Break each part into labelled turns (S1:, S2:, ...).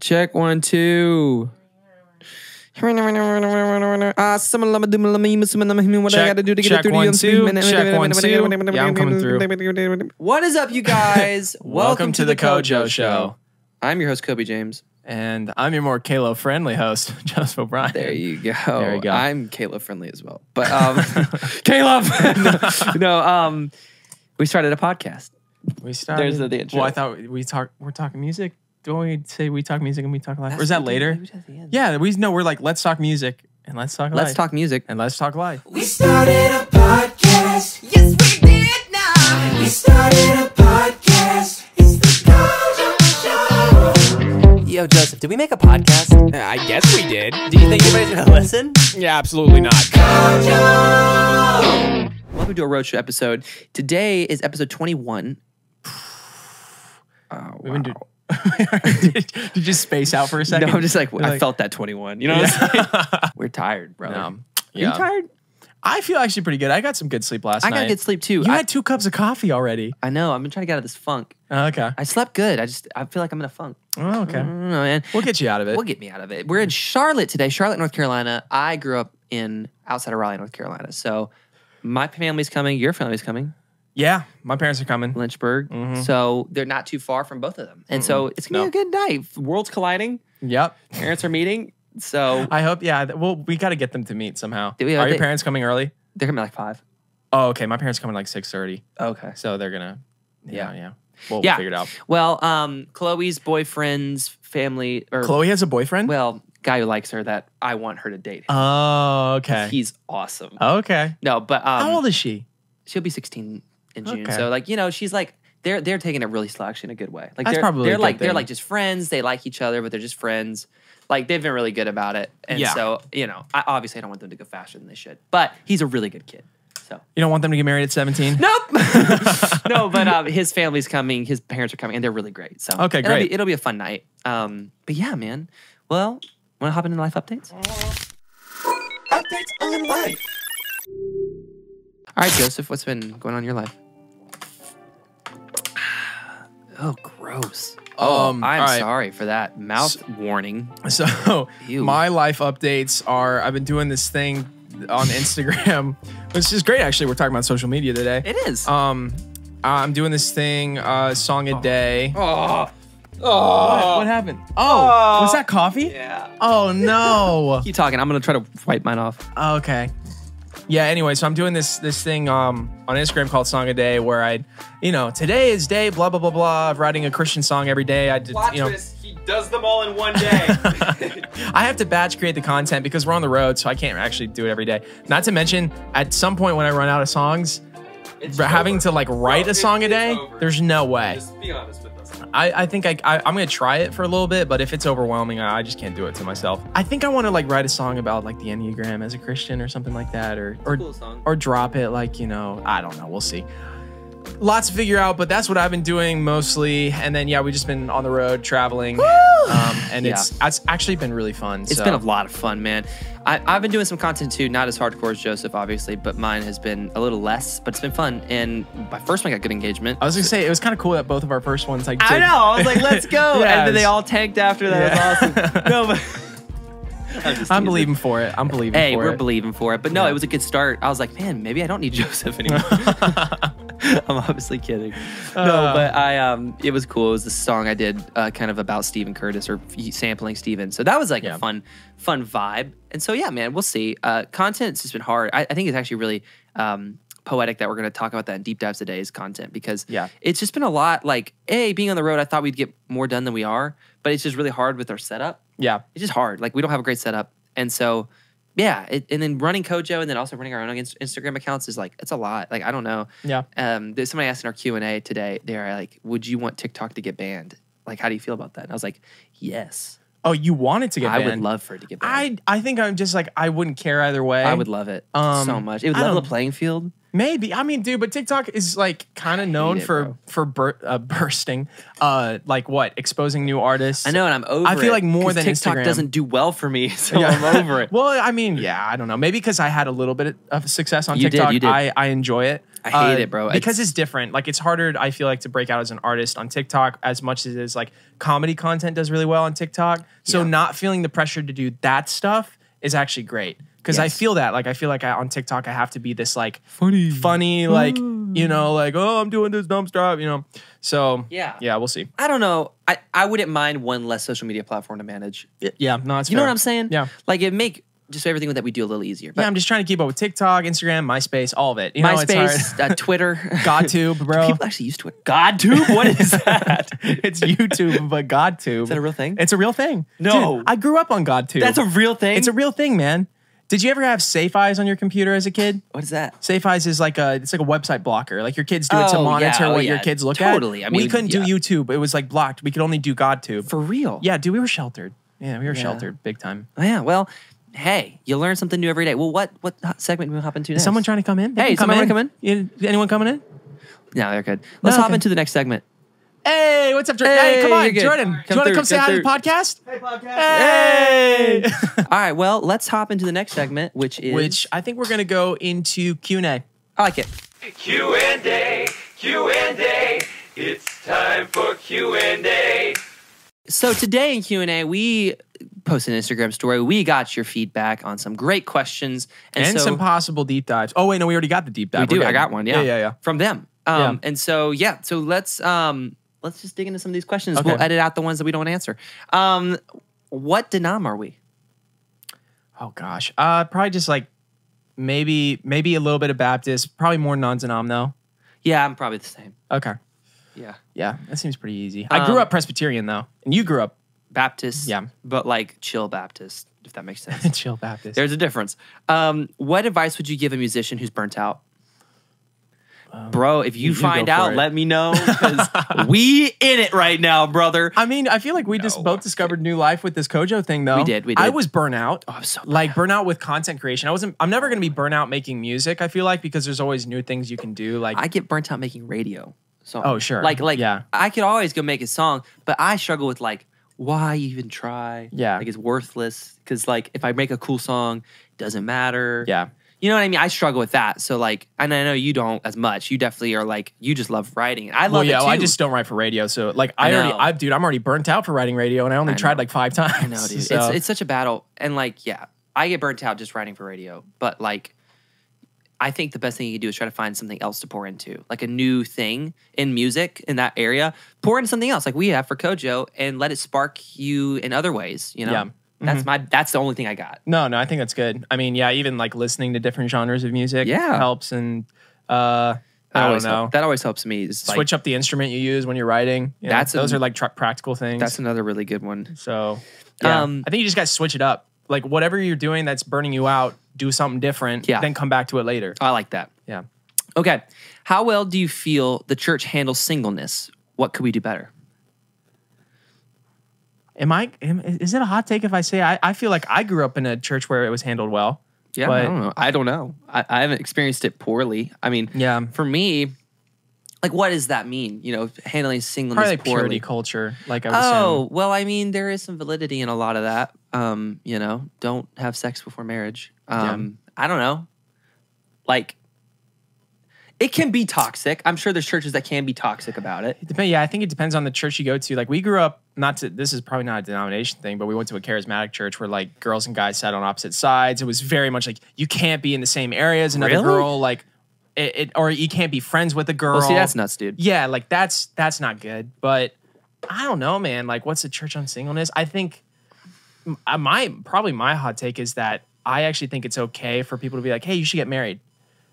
S1: Check one, two. Ah, some of them do my meme, some of them him, what I
S2: Check-
S1: gotta do to get
S2: check
S1: it through the
S2: one,
S1: end.
S2: two. Check one, two. Yeah, I'm coming
S1: through. What is up, you guys? Welcome,
S2: Welcome to the Kojo Show.
S1: I'm your host, Kobe James.
S2: And I'm your more Kalo friendly host, Joseph O'Brien.
S1: There you go.
S2: you go.
S1: I'm Caleb friendly as well. But um Caleb no, no, um we started a podcast.
S2: We started.
S1: There's the- the intro.
S2: Well, I thought we talk. We're talking music. Don't we say we talk music and we talk life? or is that later? Yeah, we know we're like let's talk music and let's talk.
S1: Let's
S2: life.
S1: talk music.
S2: and let's talk life.
S3: We started a podcast. Yes, we did now. We started a podcast. It's the Gojo Show.
S4: Yo, Joseph, did we make a podcast?
S5: I guess we did.
S4: Do you think anybody's gonna listen?
S5: Yeah, absolutely not.
S3: Gojo.
S1: Welcome to a roadshow episode. Today is episode 21. Oh,
S2: We've been do- did, you just space out for a second?
S1: No, I'm just like,
S2: You're
S1: I
S2: like-
S1: felt that 21. You know what I'm saying? We're tired, bro.
S2: No.
S1: Are you
S2: Yeah.
S1: tired?
S2: I feel actually pretty good. I got some good sleep last
S1: I
S2: night.
S1: got good sleep too.
S2: You
S1: I,
S2: had two cups of coffee already.
S1: I know. I've been trying to get out of this funk.
S2: Oh, okay.
S1: I Mm-hmm. slept good. I just I feel like I'm in a funk.
S2: Oh, okay.
S1: I don't know, man.
S2: We'll get you out of it.
S1: What get me out of it? We're in Charlotte today, Charlotte, North Carolina. I grew up in outside of Raleigh, North Carolina. So my family's coming. Your family's coming.
S2: yeah, my parents are coming.
S1: Lynchburg. So they're not too far from both of them. And so it's gonna be a good night. Worlds colliding.
S2: Yep.
S1: Parents are meeting. So
S2: I hope. Yeah. th- Well, we got to get them to meet somehow.
S1: Do we-
S2: are
S1: I
S2: your
S1: think-
S2: parents coming early?
S1: they're gonna be like five.
S2: Oh, okay. My parents coming like six thirty,
S1: Okay.
S2: so they're gonna. Yeah,
S1: Yeah.
S2: yeah. We'll
S1: Yeah.
S2: figure it out.
S1: Well, um, Chloe's boyfriend's family or
S2: Chloe has a boyfriend.
S1: well, guy who likes her that I want her to date. him.
S2: oh, okay.
S1: He's awesome.
S2: okay.
S1: No, but um,
S2: How old is she?
S1: she'll be 16 in June.
S2: Okay.
S1: So like, you know, she's like they're they're taking it really slow actually in a good way. Like
S2: That's
S1: they're
S2: probably a
S1: they're
S2: good
S1: like
S2: thing.
S1: they're like just friends. They like each other, but they're just friends. Like they've been really good about it. And
S2: Yeah.
S1: so, you know, I obviously I don't want them to go faster than they should. But he's a really good kid. So
S2: You don't want them to get married at seventeen?
S1: Nope. no, but um, his family's coming. His parents are coming, and they're really great. So
S2: Okay,
S1: it'll
S2: great.
S1: Be, it'll be a fun night. Um, but yeah, man. Well, want to hop into life updates?
S3: Updates on life.
S1: All right, Joseph, what's been going on in your life? Oh, gross. Oh,
S2: Um,
S1: I'm
S2: all right.
S1: sorry for that mouth warning.
S2: So
S1: Ew.
S2: my life updates are I've been doing this thing on Instagram, which is great actually. We're talking about social media today.
S1: It is.
S2: Um I'm doing this thing, uh song a day.
S1: oh,
S2: What, what happened? Oh, was that coffee?
S1: yeah.
S2: Oh no.
S1: Keep talking. I'm gonna try to wipe mine off.
S2: Oh, okay. Yeah, anyway, so I'm doing this this thing um on Instagram called Song a Day where I, you know, today is day blah blah blah blah of writing a Christian song every day. I did, you know,
S1: He does them all in one day.
S2: I have to batch create the content because we're on the road, so I can't actually do it every day. Not to mention, at some point when I run out of songs, having to like write a song a day, there's no way.
S1: be honest with us.
S2: I, I think I, I I'm gonna try it for a little bit, but if it's overwhelming, I, I just can't do it to myself. I think I want to like write a song about like the Enneagram as a Christian or something like that, or or
S1: Cool song.
S2: or drop it like you know i don't know we'll see lots to figure out but that's what i've been doing mostly and then yeah we've just been on the road traveling um, and it's it's actually been really fun
S1: It's
S2: so.
S1: been a lot of fun, man. I, I've been doing some content too, not as hardcore as Joseph, obviously, but mine has been a little less, but it's been fun. And my first one got good engagement.
S2: I was gonna say it was kind of cool that both of our first ones like
S1: I
S2: did-
S1: know. I was like, let's go.
S2: Yeah,
S1: and then they
S2: it's-
S1: all tanked after that. It was awesome. No, but. I'm just
S2: I'm
S1: teasing.
S2: believing for it. I'm believing
S1: Hey,
S2: for
S1: we're
S2: it.
S1: believing for it. But no,
S2: Yeah.
S1: it was a good start. I was like, man, maybe I don't need Joseph anymore. I'm obviously kidding. no,
S2: Uh.
S1: but I um, it was cool. It was a song I did uh, kind of about Stephen Curtis or f- sampling Stephen. So that was like
S2: Yeah.
S1: a fun, fun vibe. And so yeah, man, we'll see. Uh, content's just been hard. I, I think it's actually really um poetic that we're going to talk about that in deep dives today is content because
S2: Yeah.
S1: it's just been a lot like a being on the road i thought we'd get more done than we are but it's just really hard with our setup
S2: yeah,
S1: it's just hard. Like we don't have a great setup, and so yeah. It, and then running Kojo and then also running our own Inst- Instagram accounts is like it's a lot. Like I don't know.
S2: yeah.
S1: Um, there's somebody asked in our Q and A today. They are like, "Would you want TikTok to get banned? Like, how do you feel about that?" And I was like, "Yes,
S2: Oh, you wanted to get
S1: I would
S2: banned.
S1: love for it to get banned.
S2: I I think I'm just like I wouldn't care either way.
S1: I, would love it
S2: Um,
S1: so much. It would
S2: I
S1: level the
S2: don't-
S1: playing field.
S2: Maybe I mean, dude, but TikTok is like kind of known
S1: it,
S2: for
S1: bro.
S2: for bur- uh, bursting, uh, like what exposing new artists.
S1: I know, and I'm over.
S2: I feel
S1: it,
S2: like more
S1: 'cause
S2: than
S1: TikTok
S2: Instagram.
S1: doesn't do well for me, so
S2: Yeah.
S1: I'm over it.
S2: well, I mean, yeah, I don't know. Maybe because I had a little bit of success on
S1: You did,
S2: TikTok,
S1: you did.
S2: I I enjoy it. Uh,
S1: I hate it, bro.
S2: Because
S1: It's-
S2: it's different. Like it's harder. I feel like to break out as an artist on TikTok as much as it is like comedy content does really well on TikTok. So
S1: Yeah.
S2: not feeling the pressure to do that stuff is actually great. Because I
S1: Yes.
S2: feel that, like, I feel like I, on TikTok I have to be this like funny, funny, like you know, like oh I'm doing this dumb stuff, you know. So
S1: Yeah.
S2: yeah, we'll see.
S1: I don't know. I, I wouldn't mind one less social media platform to manage.
S2: Yeah, no, it's
S1: You know
S2: fair.
S1: what I'm saying?
S2: Yeah,
S1: Like it make just everything that we do a little easier. But
S2: yeah. I'm just trying to keep up with TikTok, Instagram, MySpace, all of it. You know, it's hard.
S1: MySpace, uh, Twitter,
S2: GodTube, bro.
S1: People actually use Twitter. GodTube? What is that?
S2: it's YouTube, but GodTube. Is
S1: that a real thing?
S2: It's a real thing.
S1: No.
S2: Dude, I grew up on GodTube.
S1: That's a real thing.
S2: It's a real thing, man. Did you ever have Safe Eyes on your computer as a kid?
S1: what is that?
S2: Safe Eyes is like a it's like a website blocker. Like your kids do it to
S1: Oh, yeah.
S2: monitor
S1: Oh,
S2: what your
S1: yeah.
S2: kids look at.
S1: Totally. I
S2: we
S1: mean,
S2: couldn't
S1: yeah.
S2: do YouTube. It was like blocked. We could only do GodTube.
S1: For real?
S2: yeah, dude, we were sheltered. Yeah, we were sheltered big time.
S1: Yeah. Well, hey, you learn something new every day. Well, what what ho- segment do we hop into next?
S2: Is someone trying to come in? They
S1: Hey,
S2: can
S1: someone wanna
S2: in? Yeah, Anyone coming in?
S1: No, they're good. Let's
S2: No,
S1: hop
S2: okay.
S1: into the next segment.
S2: Hey, what's up, Jordan?
S1: Hey,
S2: Hey, come
S1: you're
S2: on,
S1: good.
S2: Jordan.
S1: Come
S2: do you want
S1: through,
S2: to come say
S1: come
S2: hi to the
S1: through.
S2: podcast? Hey, podcast. Hey.
S1: All right. Well, let's hop into the next segment, which is
S2: which I think we're gonna go into Q and A.
S1: I like it.
S6: Q&A, Q&A, it's time for Q&A.
S1: So today in Q and A, we posted an Instagram story. We got your feedback on some great questions and,
S2: and
S1: so
S2: some possible deep dives. Oh wait, no, we already got the deep dive.
S1: we do.
S2: We're
S1: I
S2: good.
S1: got one. Yeah,
S2: yeah, yeah.
S1: From them. Um,
S2: Yeah.
S1: And so yeah. So let's um, let's just dig into some of these questions.
S2: Okay.
S1: We'll edit out the ones that we don't want to answer. Um, what denom are we?
S2: Oh gosh, uh, probably just like maybe maybe a little bit of Baptist, probably more non-denom though.
S1: Yeah, I'm probably the same.
S2: Okay,
S1: Yeah,
S2: yeah, that seems pretty easy. I grew
S1: Um,
S2: up Presbyterian though, and you grew up
S1: Baptist.
S2: Yeah.
S1: but like chill Baptist, if that makes sense.
S2: chill Baptist.
S1: There's a difference. Um, what advice would you give a musician who's burnt out? bro, if Um, you,
S2: you go
S1: find
S2: for
S1: out,
S2: it.
S1: let me know because we in it right now, brother.
S2: I mean, I feel like we just both discovered new life with this Kojo thing, though.
S1: We did, we
S2: I
S1: did.
S2: was burnout.
S1: I was so
S2: like burnout with content creation. I wasn't. I'm never going to be burnout making music. I feel like because there's always new things you can do. Like
S1: I get burnt out making radio. So
S2: Oh, sure.
S1: Like like
S2: Yeah.
S1: I could always go make a song, but I struggle with like why even try?
S2: Yeah.
S1: Like it's worthless cuz like if I make a cool song, it doesn't matter.
S2: yeah,
S1: You know what I mean? I struggle with that. So like and I know you don't as much. You definitely are like you just love writing. I love
S2: Well,
S1: it
S2: yeah,
S1: too.
S2: well, I just don't write for radio, so like I,
S1: I
S2: already,
S1: know.
S2: I dude, I'm already burnt out for writing radio, and I only
S1: I
S2: tried
S1: know.
S2: like five times.
S1: I know, dude.
S2: so-
S1: It's it's such a battle. And like, yeah, I get burnt out just writing for radio. But like, I think the best thing you can do is try to find something else to pour into, like a new thing in music in that area. Pour into something else, like we have for Kojo, and let it spark you in other ways. You know,
S2: Yeah. Mm-hmm.
S1: that's my that's the only thing I got.
S2: no, no, I think that's good. I mean, yeah, even like listening to different genres of music,
S1: Yeah. helps
S2: helps, and uh,
S1: That
S2: I don't
S1: always
S2: know,
S1: help- that always helps me. Is like,
S2: switch up the instrument you use when you're writing. you know?
S1: That's a-
S2: those are like tr- practical things.
S1: that's another really good one.
S2: so, yeah.
S1: Um,
S2: I think you just got to switch it up. Like whatever you're doing that's burning you out, do something different.
S1: Yeah. Uh,
S2: then come back to it later.
S1: I like that.
S2: Yeah.
S1: Okay, how well do you feel the church handles singleness? What could we do better?
S2: Am I? Am, is it a hot take if I say I, I feel like I grew up in a church where it was handled well?
S1: Yeah, I
S2: But-
S1: don't know. I don't know. I, I haven't experienced it poorly. I mean,
S2: Yeah.
S1: for me, like, what does that mean? You know, handling singleness
S2: Probably like
S1: poorly.
S2: purity culture. Like I was saying.
S1: Oh well, I mean, there is some validity in a lot of that. Um, you know, don't have sex before marriage. Um, I don't know. Like, it can be toxic. I'm sure there's churches that can be toxic about it.
S2: It depends. Yeah, I think it depends on the church you go to. Like we grew up not to this is probably not a denomination thing, but we went to a charismatic church where like girls and guys sat on opposite sides. It was very much like you can't be in the same area as another
S1: Really?
S2: girl, like it, it or you can't be friends with a girl.
S1: Well, see, that's nuts, dude.
S2: Yeah, like that's that's not good. But I don't know, man. Like, what's the church on singleness? I think m- uh, my probably my hot take is that I actually think it's okay for people to be like, hey, you should get married.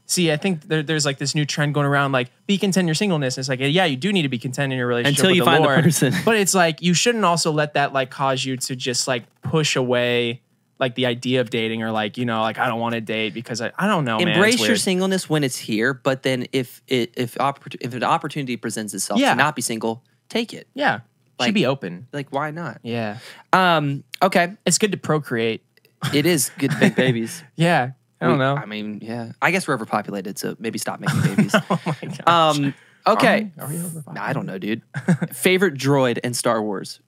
S2: See, I think there, there's like this new trend going around, like be content in your singleness. And it's like, yeah, you do need to be content in your relationship
S1: Until
S2: with
S1: you
S2: the
S1: find the
S2: Lord.
S1: person.
S2: but it's like you shouldn't also let that like cause you to just like push away like the idea of dating or like you know like I don't want to date because I, I don't know. man. It's
S1: Embrace your
S2: weird.
S1: singleness when it's here, but then if it if oppor- if an opportunity presents itself
S2: Yeah.
S1: to not be single, take it.
S2: Yeah,
S1: Like-
S2: should be open.
S1: Like, why not?
S2: Yeah.
S1: Um, okay,
S2: it's good to procreate.
S1: it is good to make babies.
S2: Yeah. I don't
S1: We-
S2: know.
S1: I mean, yeah. I guess we're overpopulated, so maybe stop making babies.
S2: oh my god.
S1: um, okay.
S2: Are we, are we over five?
S1: I don't know, dude. Favorite droid in Star Wars?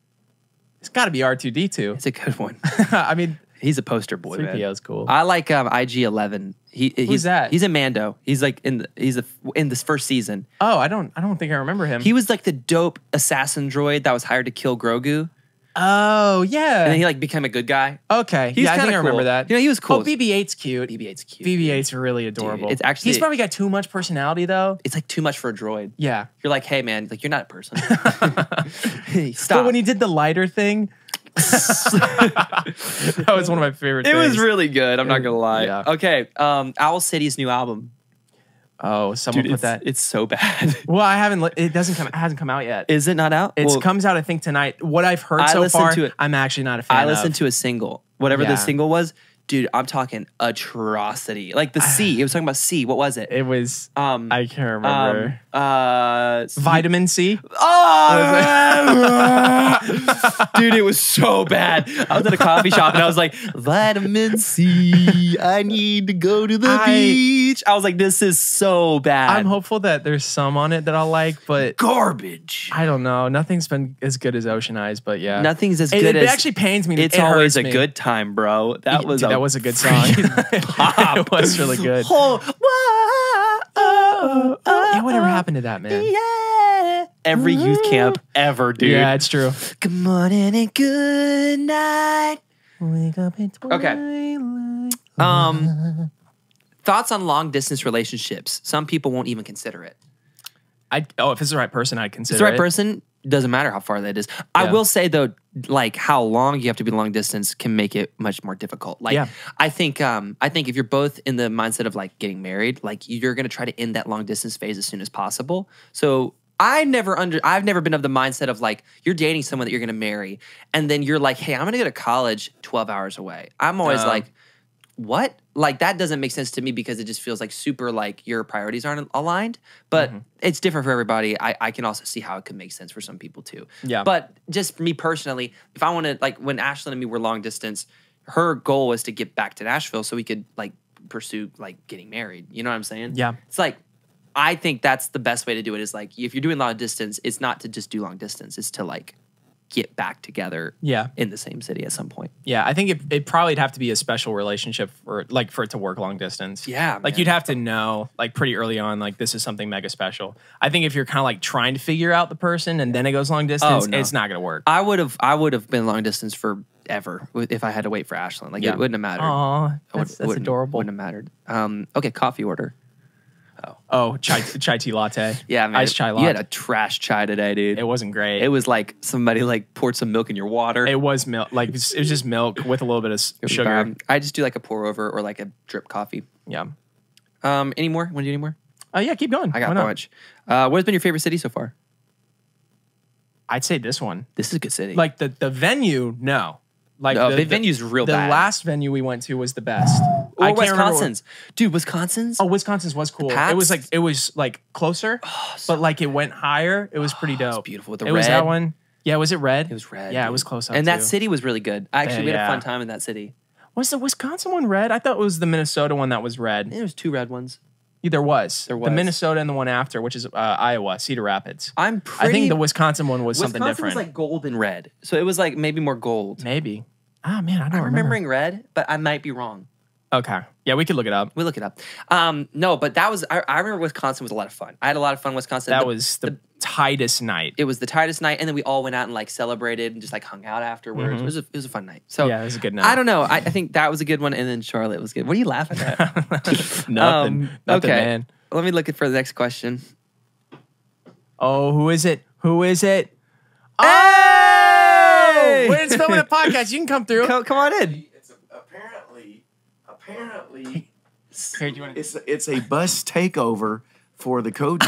S2: It's got to be R two D two.
S1: It's a good one.
S2: I mean,
S1: He's a poster boy,
S2: three
S1: man.
S2: PO is cool.
S1: I like um, IG Eleven. He, he's
S2: that?
S1: He's in Mando. He's like in the, he's a, in this first season.
S2: oh, I don't. I don't think I remember him.
S1: He was like the dope assassin droid that was hired to kill Grogu,
S2: oh
S1: and then
S2: yeah.
S1: he like became a good guy.
S2: okay.
S1: He's
S2: yeah, I think
S1: kinda
S2: I remember
S1: cool.
S2: that.
S1: You know, he was cool.
S2: Oh, BB-8's cute.
S1: BB-8's cute.
S2: BB-8's really adorable.
S1: it's actually-
S2: he's probably got too much personality though.
S1: it's like too much for a droid.
S2: Yeah.
S1: You're like, hey man, like you're not a person. Hey, Stop.
S2: But when he did the lighter thing, that was one of my favorite.
S1: it
S2: things.
S1: was really good. I'm not gonna lie.
S2: Yeah.
S1: Okay, um, Owl City's new album.
S2: Oh, someone put
S1: it's,
S2: that.
S1: it's so bad.
S2: well, I haven't. li- It doesn't come. It hasn't come out yet.
S1: Is it not out?
S2: It
S1: Well,
S2: comes out, I think, tonight. What I've heard
S1: I
S2: so
S1: listened
S2: far,
S1: to it.
S2: I'm actually not a fan.
S1: I listened
S2: of.
S1: to a single, whatever
S2: Yeah.
S1: the single was, dude. I'm talking atrocity. Like the C. It was talking about C. What was it?
S2: It was.
S1: um,
S2: I can't
S1: um,
S2: remember.
S1: uh,
S2: Vitamin C.
S1: Oh, dude, it was so bad. I was at a coffee shop and I was like, vitamin C. I need to go to the
S2: I-
S1: beach. I was like, this is so bad.
S2: I'm hopeful that there's some on it that I'll like, but
S1: garbage.
S2: I don't know. Nothing's been as good as Ocean Eyes, but yeah,
S1: Nothing's as
S2: It,
S1: good
S2: it
S1: as
S2: actually pains me.
S1: It's
S2: It hurts
S1: always a
S2: me.
S1: good time, bro. That
S2: Dude,
S1: was
S2: that was a good song.
S1: pop.
S2: it was really good.
S1: Whole, Whoa, oh, oh, oh,
S2: Yeah, whatever happened to that man?
S1: Yeah. Every youth camp ever, dude.
S2: Yeah, it's true.
S1: Good morning and good night.
S2: Wake up at
S1: Okay.
S2: twilight.
S1: Um, thoughts on long distance relationships? Some people won't even consider it.
S2: I oh, if it's the right person, I'd
S1: If
S2: consider
S1: it's the right
S2: it.
S1: person, doesn't matter how far that is. I
S2: Yeah.
S1: will say though, like how long you have to be long distance can make it much more difficult. Like
S2: Yeah.
S1: I think, um, I think if you're both in the mindset of like getting married, like you're gonna try to end that long distance phase as soon as possible. So I never under I've never been of the mindset of like you're dating someone that you're gonna marry, and then you're like, hey, I'm gonna go to college 12 hours away. I'm always
S2: Um,
S1: like, what? Like that doesn't make sense to me because it just feels like super like your priorities aren't aligned. But
S2: Mm-hmm.
S1: it's different for everybody. I, I can also see how it could make sense for some people too.
S2: Yeah.
S1: But just for me personally, if I want to like when Ashlyn and me were long distance, her goal was to get back to Nashville so we could like pursue like getting married. You know what I'm saying?
S2: Yeah.
S1: It's like I think that's the best way to do it is like if you're doing long distance, it's not to just do long distance, it's to like get back together
S2: Yeah.
S1: in the same city at some point.
S2: Yeah, I think it, it probably'd have to be a special relationship for like for it to work long distance.
S1: Yeah,
S2: like
S1: man.
S2: you'd have to know like pretty early on like this is something mega special. I think if you're kind of like trying to figure out the person and then it goes long distance,
S1: Oh, no.
S2: it's not gonna work.
S1: I would have I would have been long distance forever with- if I had to wait for Ashlyn. Like
S2: Yeah.
S1: it wouldn't have mattered.
S2: Aw,
S1: It would-
S2: that's, that's
S1: wouldn't-
S2: adorable.
S1: Wouldn't have mattered. Um, okay, coffee order.
S2: Oh, chai, chai tea latte.
S1: Yeah, man.
S2: iced chai
S1: You had
S2: latte.
S1: a trash chai today, dude.
S2: it wasn't great.
S1: It was like somebody like poured some milk in your water.
S2: It was milk. Like it was it was just milk with a little bit of s-
S1: It was
S2: sugar.
S1: bad. Um, I just do like a pour over or like a drip coffee.
S2: Yeah.
S1: Um, any more? Want to do any more?
S2: Oh yeah, keep going.
S1: I got
S2: Why
S1: a
S2: not?
S1: bunch. Uh, what has been your favorite city so far?
S2: I'd say this one.
S1: This is a good city.
S2: Like the the venue, no. Like
S1: No, the venue's real
S2: The
S1: bad.
S2: last venue we went to was the best.
S1: or
S2: I can't remember what-
S1: Wisconsin's, dude. Wisconsin's.
S2: Oh, Wisconsin's was cool. It was
S1: Pabst?
S2: like it was like closer,
S1: Oh,
S2: but like it went higher. It was pretty dope.
S1: beautiful with the
S2: it was
S1: red.
S2: that one. Yeah, was it red?
S1: it was red.
S2: Yeah, it
S1: dude.
S2: was close up.
S1: And that
S2: too.
S1: city was really good. I actually
S2: Yeah,
S1: we had
S2: yeah.
S1: a fun time in that city.
S2: was the Wisconsin one red. I thought it was the Minnesota one that was red.
S1: There was two red ones.
S2: Yeah, There was
S1: There
S2: the
S1: was.
S2: Minnesota and the one after, which is uh, Iowa, Cedar Rapids.
S1: I'm pretty.
S2: I think the Wisconsin one was
S1: Wisconsin
S2: something different.
S1: was like golden red, so it was like maybe more gold.
S2: Maybe. Ah man, I don't
S1: I'm
S2: remember.
S1: remembering red, but I might be wrong.
S2: Okay. Yeah, we could look it up.
S1: We look it up. Um, no, but that was I, I remember Wisconsin was a lot of fun. I had a lot of fun in Wisconsin.
S2: That
S1: The-
S2: was the, tightest night.
S1: it was the tightest night, and then we all went out and like celebrated and just like hung out afterwards. It was a, it was a fun night. So
S2: Mm-hmm. Yeah, it was a good night.
S1: I don't know. I, I think that was a good one, and then Charlotte was good. What are you laughing at?
S2: nothing.
S1: Um,
S2: nothing,
S1: okay.
S2: man.
S1: Let me look at for the next question.
S2: Oh, who is it? Who is it?
S1: Hey,
S2: We're in filming a podcast. You can come through.
S1: come, come on in.
S7: It's a, apparently, apparently,
S2: Here, do you wanna-
S7: it's it's a bus takeover for the Kojo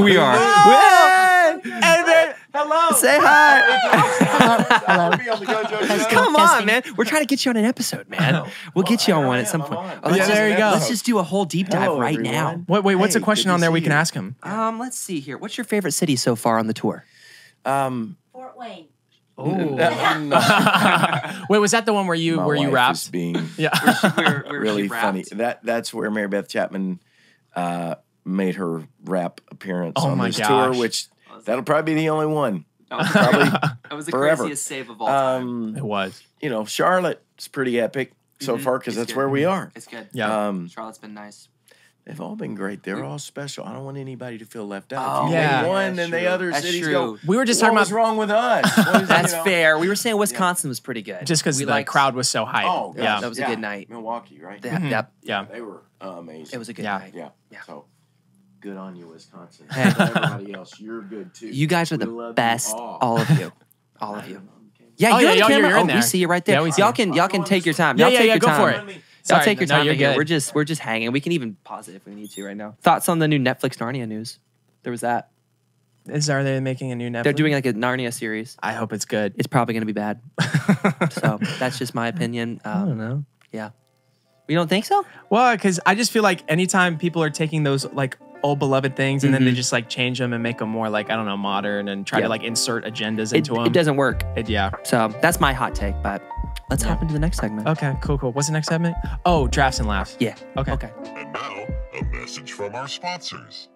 S1: We are. Hey,
S2: Hello.
S1: say hi.
S7: I'll be on the Kojo show.
S1: Come on, man. We're trying to get you on an episode, man. We'll get you on one at some point.
S7: on.
S1: Oh, let's
S2: Oh. Yeah,
S1: just-
S2: there you go.
S1: Let's just do a whole deep dive
S7: Hello,
S1: right
S7: everyone.
S2: Wait, wait. What's
S7: Hey,
S2: a question
S7: good to
S2: on there we
S7: see
S2: can
S7: you.
S2: ask him?
S1: now. Um, let's see here. What's your favorite city so far on the tour?
S7: Um,
S8: Fort Wayne.
S2: Oh. Wait, was that the one where you
S8: My
S2: where you
S8: wife
S2: rapped?
S8: is being
S2: yeah.
S1: We're, we're
S8: really
S1: she
S8: funny.
S1: rapped.
S8: That that's where Mary Beth Chapman uh, made her rap appearance
S2: Oh
S8: on
S2: my
S8: this tour,
S2: gosh.
S8: which that'll probably be the only one.
S1: That was,
S8: Probably.
S1: that was the
S8: forever.
S1: craziest save of all time.
S8: um,
S2: it was.
S8: you know, Charlotte's pretty epic so
S1: Mhm.
S2: Mm-hmm.
S8: far because
S1: It's
S8: that's
S1: good.
S8: where we are.
S1: it's good.
S2: Yeah.
S8: Um,
S1: Charlotte's been nice.
S8: they've all been great. They're all special. I don't want anybody to feel left out.
S1: Mm. Oh,
S8: If you
S2: Yeah.
S8: name
S1: yeah,
S8: one,
S1: that's
S8: and the
S1: true.
S8: other
S1: That's
S8: cities
S1: true.
S8: go.
S2: We were just
S8: what
S2: talking
S8: was
S2: about
S8: wrong with us? What is- you
S1: That's
S8: know?
S1: fair. We were saying Wisconsin was pretty good.
S2: just because
S1: We
S2: the
S1: liked-
S2: crowd was so hype.
S8: Oh,
S2: yeah. Mm-hmm.
S8: gosh,
S1: That was a
S8: yeah.
S1: good night.
S8: Milwaukee, right?
S1: That, that-
S2: Yeah.
S8: They were amazing.
S1: it was a good
S2: Yeah.
S1: night.
S8: Yeah.
S1: Yeah.
S8: So good on you, Wisconsin.
S1: Hey.
S8: Everybody else, you're good too.
S1: You guys are
S8: We love
S1: the
S8: you
S1: best.
S8: all.
S1: All. of you. All of you. Yeah,
S2: Oh,
S1: you're on
S2: yeah,
S1: the
S2: y'all- you're-
S1: camera.
S2: you're in
S1: oh, we
S2: there.
S1: see you right there.
S2: Yeah, we see
S1: y'all
S2: you.
S1: can y'all can take your time.
S2: Yeah,
S1: Y'all
S2: yeah,
S1: take
S2: yeah,
S1: your
S2: go
S1: time.
S2: for it.
S1: Y'all
S2: Sorry,
S1: take your
S2: no,
S1: time
S2: you're
S1: in here.
S2: good.
S1: We're just we're just hanging. We can even pause it if we need to right now. Thoughts on the new Netflix Narnia news? There was that.
S2: Is are they making a new Netflix?
S1: They're doing like a Narnia series.
S2: I hope it's good.
S1: It's probably going to be bad. so that's just my opinion.
S2: I don't
S1: Um,
S2: know.
S1: yeah. We don't think so?
S2: Well, because I just feel like anytime people are taking those like old beloved things and then they
S1: Mhm.
S2: just like change them and make them more like I don't know modern and try
S1: Yeah.
S2: to like insert agendas
S1: It,
S2: into them.
S1: it doesn't work.
S2: It- yeah.
S1: So that's my hot take, but let's hop into the next segment.
S2: Okay. Cool. Cool. What's the next segment? Oh, drafts and laughs.
S1: Yeah.
S2: Okay.
S1: Okay.
S9: And now, a message from our sponsors.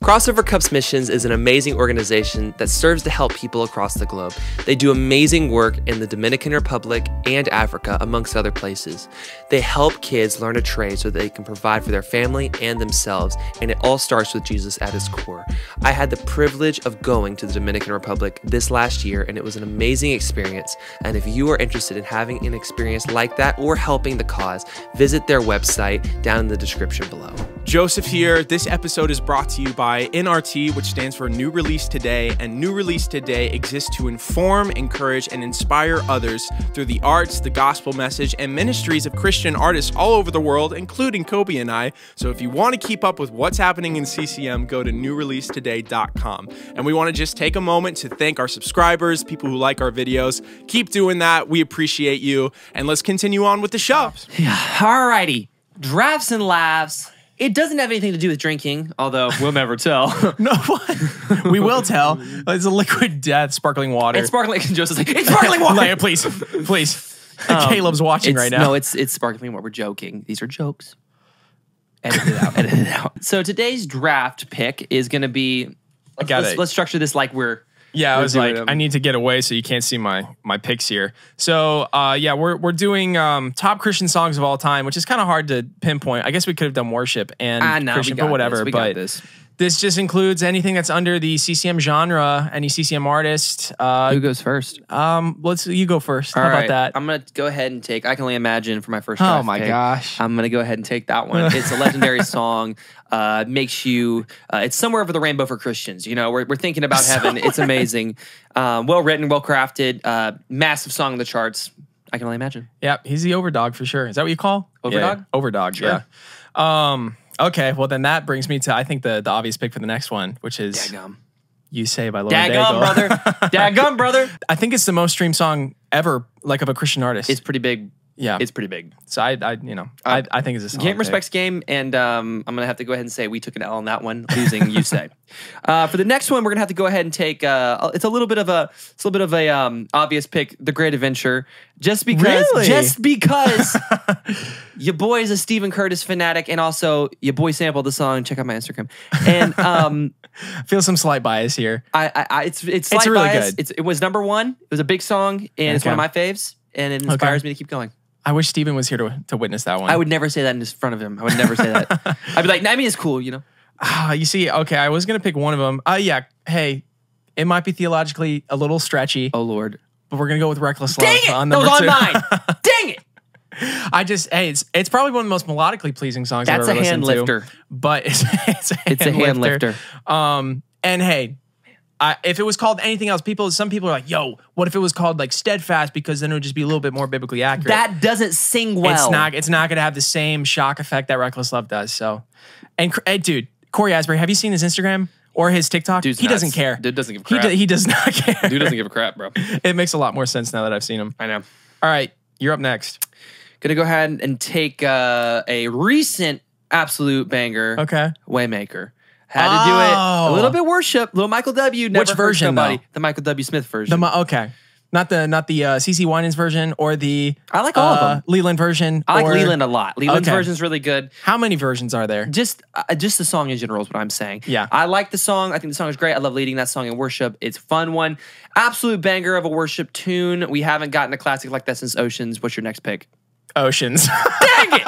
S4: Crossover Cups Missions is an amazing organization that serves to help people across the globe. They do amazing work in the Dominican Republic and Africa, amongst other places. They help kids learn a trade so that they can provide for their family and themselves, and it all starts with Jesus at his core. I had the privilege of going to the Dominican Republic this last year, and it was an amazing experience. And if you are interested in having an experience like that or helping the cause, visit their website down in the description below.
S5: Joseph here. This episode is brought to you by NRT, which stands for New Release Today, and New Release Today exists to inform, encourage, and inspire others through the arts, the gospel message, and ministries of Christian artists all over the world, including Kobe and I. So if you want to keep up with what's happening in CCM, go to newreleasetoday.com. And we want to just take a moment to thank our subscribers, people who like our videos. Keep doing that. We appreciate you. And let's continue on with the show.
S1: Alrighty. Drafts and laughs. It doesn't have anything to do with drinking, although we'll never tell.
S2: No. What? we will tell. It's a liquid death, sparkling water.
S1: it's sparkling. And Joseph's like, it's sparkling water.
S2: Leia, please, please. Caleb's watching
S1: Um, It's-
S2: right now.
S1: No, it's it's sparkling water. We're joking. These are jokes. Edit it out. edit it out. So today's draft pick is going to be. Let's,
S2: got
S1: let's,
S2: it.
S1: let's structure this like we're.
S2: Yeah, I
S1: We're
S2: was like,
S1: doing 'em.
S2: I need to get away so you can't see my my picks here. So uh, yeah, we're we're doing um, top Christian songs of all time, which is kind of hard to pinpoint. I guess we could have done worship and
S1: I know.
S2: Christian,
S1: Ah, we got
S2: but whatever.
S1: This, we
S2: but
S1: got this.
S2: this just includes anything that's under the CCM genre, any CCM artist. Uh,
S1: Who goes first?
S2: um, let's you go first. How
S1: All
S2: about
S1: right,
S2: that?
S1: I'm gonna go ahead and take. I can only imagine for my first.
S2: Oh
S1: draft
S2: my
S1: pick.
S2: gosh.
S1: I'm gonna go ahead and take that one. It's a legendary song. Uh, makes you. Uh, it's somewhere over the rainbow for Christians. You know, we're, we're thinking about heaven. It's amazing. Um, well written, well crafted. Uh, massive song in the charts. I can only imagine.
S2: yeah, he's the overdog for sure. Is that what you call
S1: Overdog?
S2: Yeah, overdog. Yeah. Um. Okay. Well, then that brings me to I think the the obvious pick for the next one, which is
S1: Daggum.
S2: "You Say" by Lauren
S1: Daggum,
S2: Daigle.
S1: brother. Daggum, brother.
S2: I think it's the most streamed song ever, like of a Christian artist.
S1: It's pretty big.
S2: yeah.
S1: It's pretty big.
S2: so I, I, you know, I, I think it's a solid
S1: Game
S2: pick.
S1: respects game, and um, I'm gonna have to go ahead and say we took an L on that one, losing. you say. Uh, for the next one, we're gonna have to go ahead and take. Uh, it's a little bit of a, it's a little bit of a um, obvious pick, The Great Adventure, just because,
S2: Really?
S1: just because your boy is a Stephen Curtis fanatic, and also your boy sampled the song. Check out my Instagram, and um,
S2: I feel some slight bias here.
S1: I, I, I it's it's, slight
S2: really
S1: bias.
S2: good.
S1: It's, it was number one. It was a big song, and it's one of my faves, and it inspires me to keep going.
S2: I wish Steven was here to, to witness that one.
S1: I would never say that in his front of him. I would never say that. I'd be like, I mean, it's cool, you know.
S2: Ah, you see, okay, I was gonna pick one of them. Uh, yeah. Hey, it might be theologically a little stretchy,
S1: Oh Lord.
S2: but we're gonna go with reckless
S1: Dang
S2: love
S1: it!
S2: on
S1: that was
S2: number
S1: on
S2: two.
S1: mine. Dang it!
S2: I just, hey, it's it's probably one of the most melodically pleasing songs.
S1: That's
S2: I've
S1: a
S2: ever
S1: hand
S2: listened to,
S1: lifter.
S2: but it's it's a hand,
S1: It's a hand lifter.
S2: Um, and hey, I, if it was called anything else, people some people are like, "Yo, what if it was called like steadfast?" Because then it would just be a little bit more biblically accurate.
S1: That doesn't sing well.
S2: it's not it's not gonna have the same shock effect that Reckless Love does. So, and cr- hey, dude, Corey Asbury, have you seen his Instagram or his TikTok?
S1: Dude's
S2: he doesn't
S1: nuts.
S2: care.
S1: Dude doesn't give a
S2: He,
S1: crap.
S2: do- he does not care.
S1: Dude doesn't give a crap, bro.
S2: It makes a lot more sense now that I've seen him.
S1: I know.
S2: All right, you're up next.
S1: Gonna go ahead and take uh, a recent absolute banger,
S2: Okay.
S1: Waymaker. Had to do it. A
S2: Oh.
S1: little bit worship. Little Michael W. Never
S2: Which
S1: hurt
S2: version,
S1: nobody.
S2: though?
S1: The Michael W. Smith version.
S2: The mo- okay, not the not the uh, CC Winans version or the uh,
S1: I like all of them.
S2: Leland version.
S1: I like
S2: or-
S1: Leland a lot. Leland's
S2: Okay.
S1: version's really good.
S2: How many versions are there?
S1: Just uh, just the song in general is what I'm saying.
S2: Yeah.
S1: I like the song. I think the song is great. I love leading that song in worship. It's a fun one. Absolute banger of a worship tune. We haven't gotten a classic like that since Oceans. What's your next pick?
S2: Oceans. Dang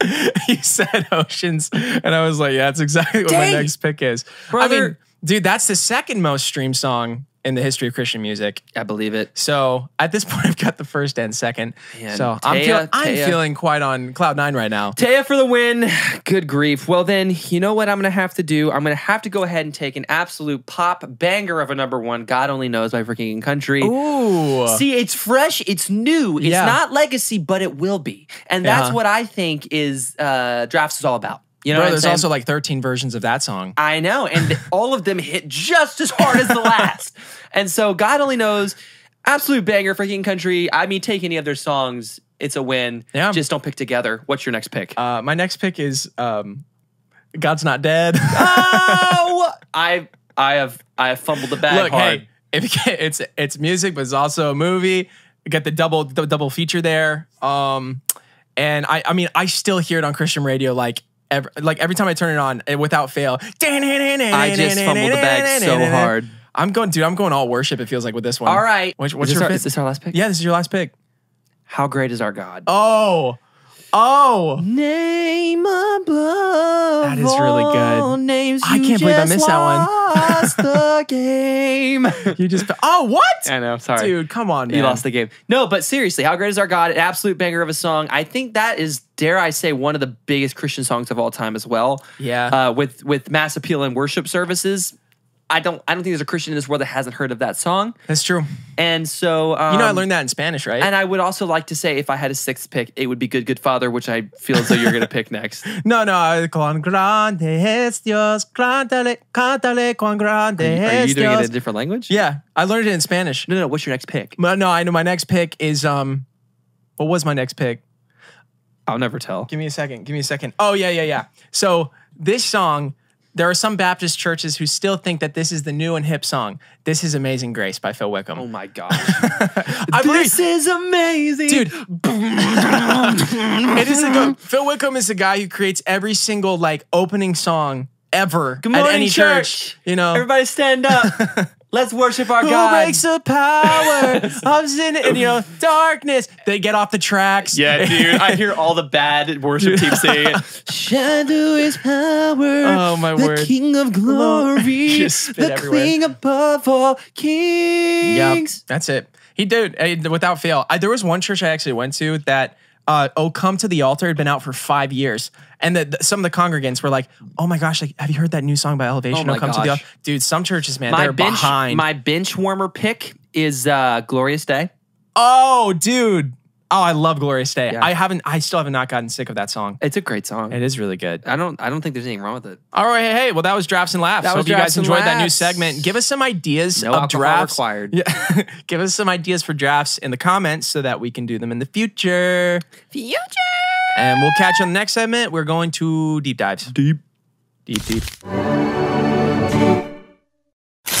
S2: it! you said oceans, and I was like, yeah, that's exactly what
S1: Dang.
S2: my next pick is. I mean,
S1: Brother.
S2: dude, that's the second most streamed song in the history of Christian music.
S1: I believe it.
S2: So at this point, I've got the first and second.
S1: Man,
S2: so I'm,
S1: Taya,
S2: feel- I'm
S1: Taya.
S2: feeling quite on cloud nine right now.
S1: Taya for the win. Good grief. Well, then, you know what I'm going to have to do? I'm going to have to go ahead and take an absolute pop banger of a number one, God Only Knows by Freaking Country.
S2: Ooh.
S1: See, it's fresh, it's new, it's
S2: Yeah.
S1: not legacy, but it will be. And that's
S2: Uh-huh.
S1: what I think is uh, drafts is all about. You know,
S2: Bro,
S1: what I'm
S2: there's
S1: saying?
S2: also like 13 versions of that song.
S1: I know, and th- all of them hit just as hard as the last. and so, God only knows, absolute banger, freaking country. I mean, take any of their songs, it's a win.
S2: Yeah.
S1: Just don't pick together. What's your next pick?
S2: Uh, my next pick is um, God's Not Dead.
S1: oh, I, I have, I have fumbled the bag
S2: Look,
S1: hard.
S2: hey, if you can, it's it's music, but it's also a movie. You got the double the double feature there. Um, and I I mean I still hear it on Christian radio like. Every, like every time I turn it on, eh, without fail, I
S1: I just fumbled the bag so hard.
S2: I'm going, dude. I'm going all worship. It feels like with this one.
S1: All right,
S2: Which,
S1: Is
S2: what's
S1: this
S2: your
S1: our,
S2: fifth?
S1: is this our last pick?
S2: yeah, this is your last pick.
S1: How great is our God?
S2: Oh, oh,
S1: Name above
S2: That is really good.
S1: all names.
S2: I
S1: You
S2: can't believe I
S1: just
S2: missed that one.
S1: Lost the game.
S2: you just oh what?
S1: I know. Sorry,
S2: dude. Come on, man.
S1: You lost the game. No, but seriously, how great is our God? An absolute banger of a song. I think that is, dare I say, one of the biggest Christian songs of all time as well.
S2: Yeah.
S1: Uh, with with mass appeal and worship services. I don't I don't think there's a Christian in this world that hasn't heard of that song.
S2: That's true. You
S1: And so um,
S2: know, I learned that in Spanish, right?
S1: And I would also like to say if I had a sixth pick, it would be Good Good Father, which I feel as though you're gonna pick next.
S2: No, no, con grande es Dios, cántale, cántale con grande
S1: Are
S2: es
S1: you doing it in
S2: Dios.
S1: a different language?
S2: yeah, I learned it in Spanish.
S1: No, no, no. What's your next pick?
S2: No, no, I know my next pick is um, what was my next pick?
S1: I'll never tell.
S2: Give me a second. Give me a second. Oh yeah, yeah, yeah. So this song, there are some Baptist churches who still think that this is the new and hip song. This is "Amazing Grace" by Phil Wickham.
S1: Oh my gosh.
S2: I believe,
S1: this is amazing.
S2: dude. it is a good, Phil Wickham is the guy who creates every single like opening song ever
S1: Good
S2: at
S1: morning,
S2: any church.
S1: church.
S2: You know,
S1: Everybody stand up. Let's worship our
S2: Who
S1: God.
S2: breaks the power of sin and you know darkness? They get off the tracks.
S1: yeah, dude. I hear all the bad worship team sing it. Shadow is power.
S2: Oh my
S1: the
S2: word.
S1: King of
S2: Glory.
S1: glory.
S2: Just spit
S1: the
S2: everywhere.
S1: King above all
S2: Yep,
S1: kings.
S2: that's it. He did eh, without fail. I, there was one church I actually went to that. Uh, oh, come to the altar had been out for five years, and the, the- some of the congregants were like, "Oh my gosh, like, have you heard that new song by Elevation?
S1: Oh my
S2: come to the
S1: gosh.
S2: altar, dude." Some churches, man,
S1: My
S2: they're
S1: bench,
S2: behind.
S1: my bench warmer pick is uh, Glorious Day.
S2: oh, dude. Oh, I love Glorious Day.
S1: Yeah.
S2: I haven't. I still have not gotten sick of that song.
S1: It's a great song.
S2: It is really good.
S1: I don't I don't think there's anything wrong with it.
S2: All right, hey, hey. Well, that was drafts and laughs.
S1: That
S2: Hope
S1: was
S2: you
S1: Drafts
S2: guys
S1: and
S2: enjoyed that new
S1: Laughs.
S2: segment. Give us some ideas
S1: No
S2: of
S1: alcohol
S2: drafts.
S1: required.
S2: Yeah. Give us some ideas for drafts in the comments so that we can do them in the future.
S1: Future.
S2: And we'll catch you on the next segment. We're going to deep dives. Deep. Deep, deep.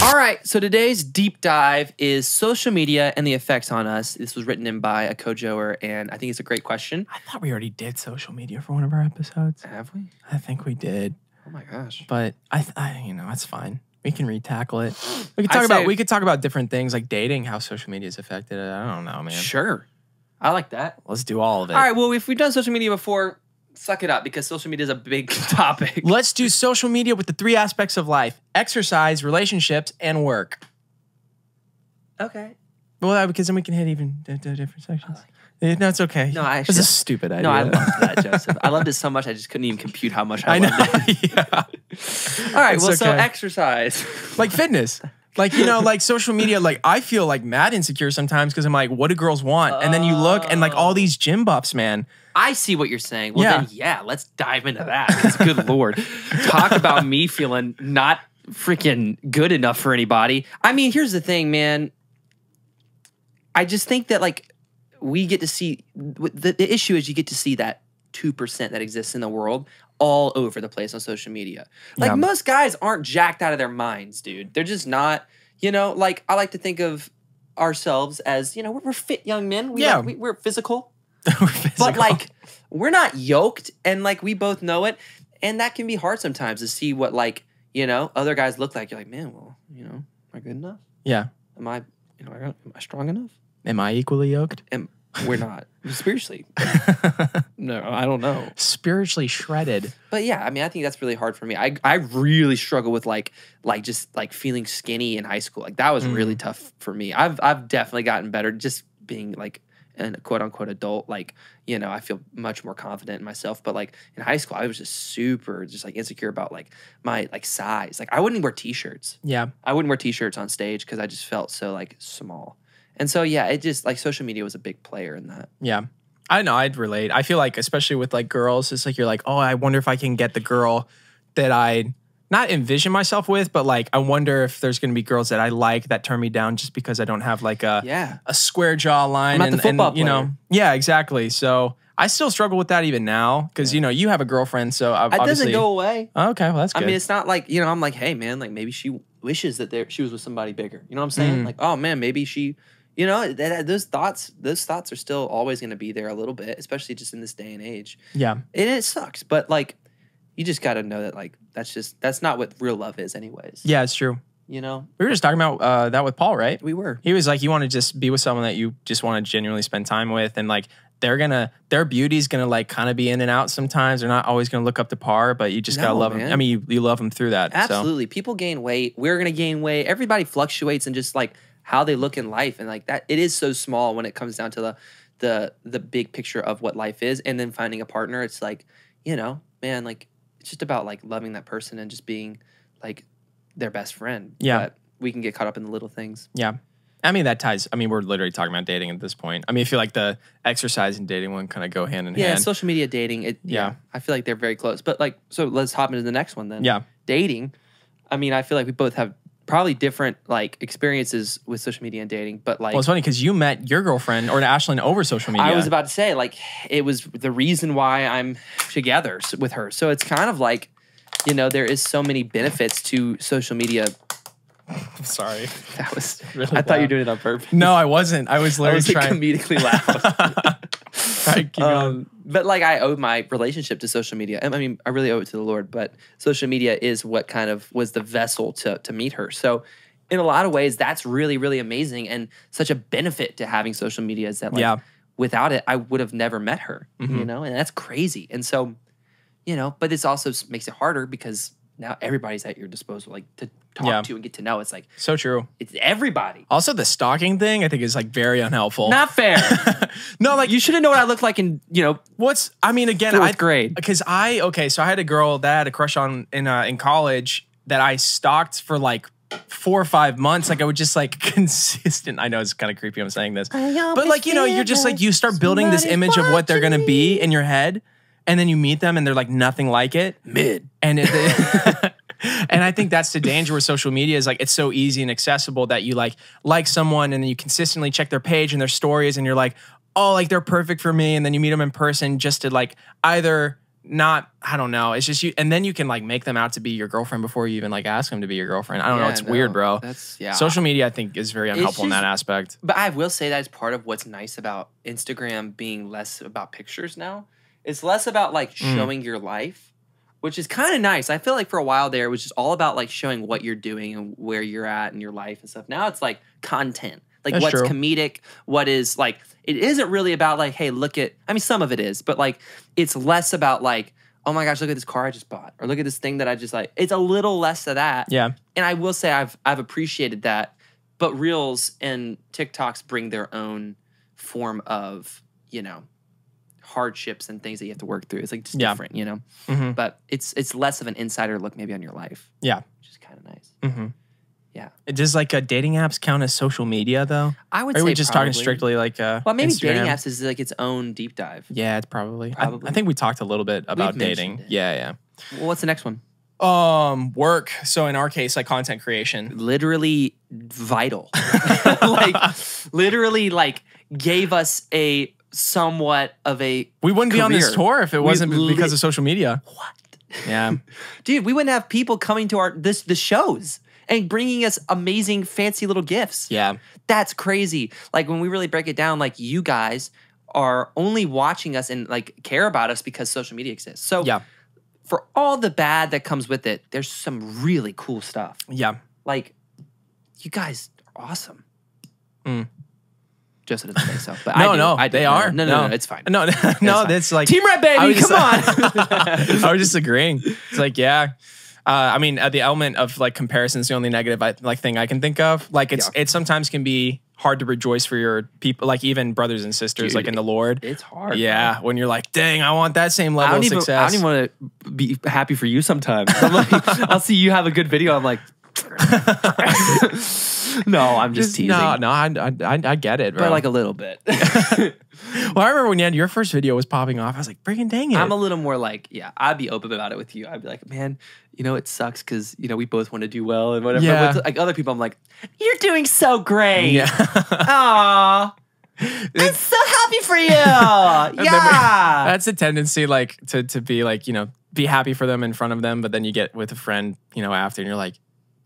S1: All right, so today's deep dive is social media and the effects on us. This was written in by a co-joer, and I think it's a great question.
S2: I thought we already did social media for one of our episodes.
S1: Have we?
S2: I think we did.
S1: Oh my gosh.
S2: But I, th- I you know, that's fine. We can re-tackle it. We could
S1: I
S2: talk about
S1: say-
S2: we could talk about different things like dating, how social media has affected it. I don't know, man.
S1: Sure. I like that.
S2: Let's do all of it.
S1: All right, well, if we've done social media before, suck it up because social media is a big topic.
S2: Let's do social media with the three aspects of life: exercise, relationships, and work.
S1: Okay.
S2: Well, that- because then we can hit even d- d- different sections. Eh, No, it's okay.
S1: Uh, No, I
S2: This is
S1: actually-
S2: a stupid idea.
S1: No, I loved that, Joseph. I loved it so much I just couldn't even compute how much I,
S2: I
S1: loved it.
S2: know. yeah.
S1: All right,
S2: It's
S1: well, so
S2: okay.
S1: exercise.
S2: like fitness. Like you know, like social media. Like I feel like mad insecure sometimes because I'm like, what do girls want? And then you look and like all
S1: Oh.
S2: these gym buffs, man.
S1: I see what you're saying. Well,
S2: Yeah.
S1: then, yeah, let's dive into that. 'cause good lord, talk about me feeling not freaking good enough for anybody. I mean, here's the thing, man. I just think that like we get to see w- the, the issue is you get to see that 2% that exists in the world all over the place on social media. Like
S2: Yeah.
S1: most guys aren't jacked out of their minds, dude. They're just not, you know, like I like to think of ourselves as, you know, we're, we're fit young men. We
S2: Yeah.
S1: like- we, we're physical, but
S2: Physical.
S1: like we're not yoked and like we both know it. And that can be hard sometimes to see what like, you know, other guys look like. You're like, man, well, you know, am I good enough?
S2: yeah.
S1: Am I, you know, am I strong enough?
S2: Am I equally yoked?
S1: And we're not. Spiritually. no, I don't know.
S2: Spiritually shredded.
S1: But yeah, I mean, I think that's really hard for me. I I really struggle with like like just like feeling skinny in high school. Like that was really tough for me. I've I've definitely gotten better just being like an quote unquote adult. Like you know, I feel much more confident in myself. But like in high school, I was just super just like insecure about like my like size. Like I wouldn't wear t-shirts.
S2: Yeah.
S1: I wouldn't wear t-shirts on stage because I just felt so like small. And so yeah, it just like social media was a big player in that.
S2: Yeah. I know, I'd relate. I feel like, especially with like girls, it's like you're like, oh, I wonder if I can get the girl that I not envision myself with, but like, I wonder if there's going to be girls that I like that turn me down just because I don't have like a,
S1: Yeah.
S2: a square jaw line.
S1: I'm not
S2: and,
S1: the football
S2: and, you know,
S1: player.
S2: yeah, exactly. So I still struggle with that even now because, you know, you have a girlfriend. So I
S1: It
S2: obviously. Oh,
S1: doesn't go away.
S2: okay. Well, that's
S1: I
S2: good.
S1: mean, it's not like you know. I'm like, hey, man, like maybe she wishes that there she was with somebody bigger. You know what I'm saying?
S2: Mm.
S1: Like, oh man, maybe she. You know, th- th- those thoughts, those thoughts are still always going to be there a little bit, especially just in this day and age.
S2: yeah.
S1: And it sucks, but like, you just got to know that like that's just that's not what real love is, anyways.
S2: Yeah, it's true.
S1: You know,
S2: We were just talking about uh, that with Paul, right?
S1: we were.
S2: He was like, you want to just be with someone that you just want to genuinely spend time with, and like they're gonna their beauty's gonna like kind of be in and out sometimes. They're not always gonna look up to par, but you just gotta
S1: No,
S2: love them.
S1: man.
S2: I mean, you, you love them through that. So.
S1: Absolutely. People gain weight. We're going to gain weight. Everybody fluctuates and just like how they look in life and like that it is so small when it comes down to the the the big picture of what life is and then finding a partner it's like, you know, man, like it's just about like loving that person and just being like their best friend.
S2: Yeah.
S1: But we can get caught up in the little things.
S2: Yeah. I mean that ties. I mean we're literally talking about dating at this point. I mean I feel like the exercise and dating one kind of go hand in
S1: Yeah,
S2: hand.
S1: social media dating, it yeah.
S2: Yeah.
S1: I feel like they're very close. But like so let's hop into the next one then.
S2: yeah,
S1: dating, I mean, I feel like we both have probably different like experiences with social media and dating, but like
S2: well it's funny because you met your girlfriend or Ashlyn over social media.
S1: I was about to say, like, it was the reason why I'm together s- with her. So it's kind of like, you know, there is so many benefits to social media.
S2: sorry.
S1: That was,
S2: Really
S1: I thought you
S2: loud.
S1: were doing it on purpose.
S2: No, I wasn't. I was
S1: I
S2: literally
S1: was like,
S2: trying.
S1: comedically loud.
S2: All right, keep going.
S1: Um, but like, I owe my relationship to social media. I mean, I really owe it to the Lord, but social media is what kind of was the vessel to, to meet her. So, in a lot of ways, that's really, really amazing and such a benefit to having social media is that, like,
S2: Yeah.
S1: without it, I would have never met her, you know, and that's crazy. And so, you know, but this also s- makes it harder because now everybody's at your disposal, like to talk
S2: Yeah.
S1: to and get to know. It's like,
S2: so true.
S1: it's everybody.
S2: Also, the stalking thing I think is like very unhelpful.
S1: Not fair.
S2: no, like
S1: you should have known what I looked Oh. like in, you know,
S2: What's I mean again?
S1: Fourth
S2: I,
S1: grade.
S2: because I okay, so I had a girl that I had a crush on in uh, in college that I stalked for like four or five months. Like I would just like consistent. I know it's kind of creepy. I'm saying this, but like you know, you're just like you start building this image of what they're gonna be in your head, and then you meet them and they're like nothing like it.
S1: mid.
S2: And it, and I think that's the danger with social media is like it's so easy and accessible that you like like someone and then you consistently check their page and their stories and you're like, oh, like they're perfect for me. And then you meet them in person just to like either not, I don't know. It's just you, and then you can like make them out to be your girlfriend before you even like ask them to be your girlfriend. I don't know.
S1: Yeah,
S2: It's
S1: no,
S2: weird, bro.
S1: That's, yeah.
S2: Social media, I think, is very unhelpful in
S1: just-
S2: that aspect.
S1: But I will say that is part of what's nice about Instagram being less about pictures now. It's less about like showing your life, which is kind of nice. I feel like for a while there, it was just all about like showing what you're doing and where you're at and your life and stuff. Now it's like content, like
S2: That's
S1: what's
S2: true.
S1: comedic, what is like, it isn't really about like, hey, look at, I mean, some of it is, but like it's less about like, oh my gosh, look at this car I just bought or look at this thing that I just like. It's a little less of that
S2: Yeah.
S1: and I will say I've I've appreciated that, but reels and TikToks bring their own form of you know hardships and things that you have to work through. It's like just
S2: Yeah.
S1: different, you know.
S2: Mhm.
S1: But it's it's less of an insider look maybe on your life.
S2: Yeah.
S1: which is kind of nice.
S2: Mm-hmm.
S1: Yeah.
S2: Does like uh, dating apps count as social media though?
S1: I would.
S2: Or are
S1: say
S2: we just talking
S1: probably-
S2: strictly like uh,
S1: Well, maybe
S2: Instagram?
S1: dating apps is like its own deep dive.
S2: Yeah, it's probably. I- I,
S1: Probably.
S2: think we talked a little bit about dating.
S1: mentioned it.
S2: Yeah,
S1: Well, what's the next one?
S2: yeah. Um, work. So in our case, like content creation.
S1: Literally vital, like literally like gave us a somewhat of a
S2: We wouldn't be on this
S1: career.
S2: tour if it
S1: We
S2: wasn't because
S1: lit-
S2: of social media.
S1: what
S2: Yeah.
S1: dude we wouldn't have people coming to our this the shows and bringing us amazing fancy little gifts
S2: yeah.
S1: that's crazy like when we really break it down like you guys are only watching us and like care about us because social media exists so
S2: Yeah.
S1: for all the bad that comes with it there's some really cool stuff
S2: Yeah.
S1: like you guys are awesome
S2: Mm.
S1: Jessica doesn't think so, but I
S2: No,
S1: do.
S2: no,
S1: I do.
S2: they
S1: No,
S2: are.
S1: No, no, no, it's fine.
S2: No, no, no that's like
S1: Team Red
S2: I
S1: Baby,
S2: was
S1: come on.
S2: I was just agreeing. It's like, yeah. Uh, I mean, uh, the element of like comparison is the only negative I, like thing I can think of. Like, it's it sometimes can be hard to rejoice for your people, like even brothers and sisters,
S1: Dude,
S2: like in the Lord.
S1: it's hard.
S2: Yeah, when you're like, dang, I want that same
S1: I
S2: level
S1: don't
S2: of
S1: even.
S2: success.
S1: I don't even want to be happy for you. Sometimes I'm like, I'll see you have a good video. I'm like, no, I'm just, teasing,
S2: No, no, I, I, I I get it, bro.
S1: but like a little bit.
S2: well, I remember when you had your first video was popping off. I was like, freaking dang it.
S1: I'm a little more like, yeah, I'd be open about it with you. I'd be like, man, you know, it sucks because you know we both want to do well and whatever.
S2: Yeah.
S1: With, like other people, I'm like, you're doing so great.
S2: yeah.
S1: Aww. I'm so happy for you.
S2: we-
S1: yeah.
S2: That's a tendency, like to to be like you know be happy for them in front of them, but then you get with a friend, you know, after, and you're like,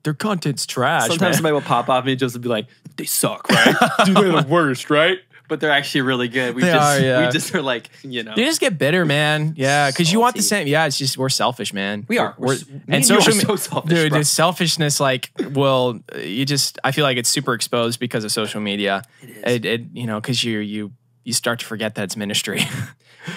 S2: their content's trash.
S1: Sometimes
S2: man."
S1: somebody will pop off me and just be like, they suck, right? Dude, they're the worst, right? But they're actually really good. We
S2: They
S1: just
S2: are, yeah.
S1: we just are like, you know.
S2: You just get bitter, man. Yeah, because you want the
S1: Salty.
S2: same. Yeah, it's just we're selfish, man.
S1: We are. We're
S2: We're,
S1: s- me
S2: and
S1: and you are
S2: social me-
S1: so selfish,
S2: dude.
S1: bro.
S2: The selfishness, like, will uh, you just? I feel like it's super exposed because of social media. It
S1: is.
S2: It, you know, because you you you start to forget that it's ministry.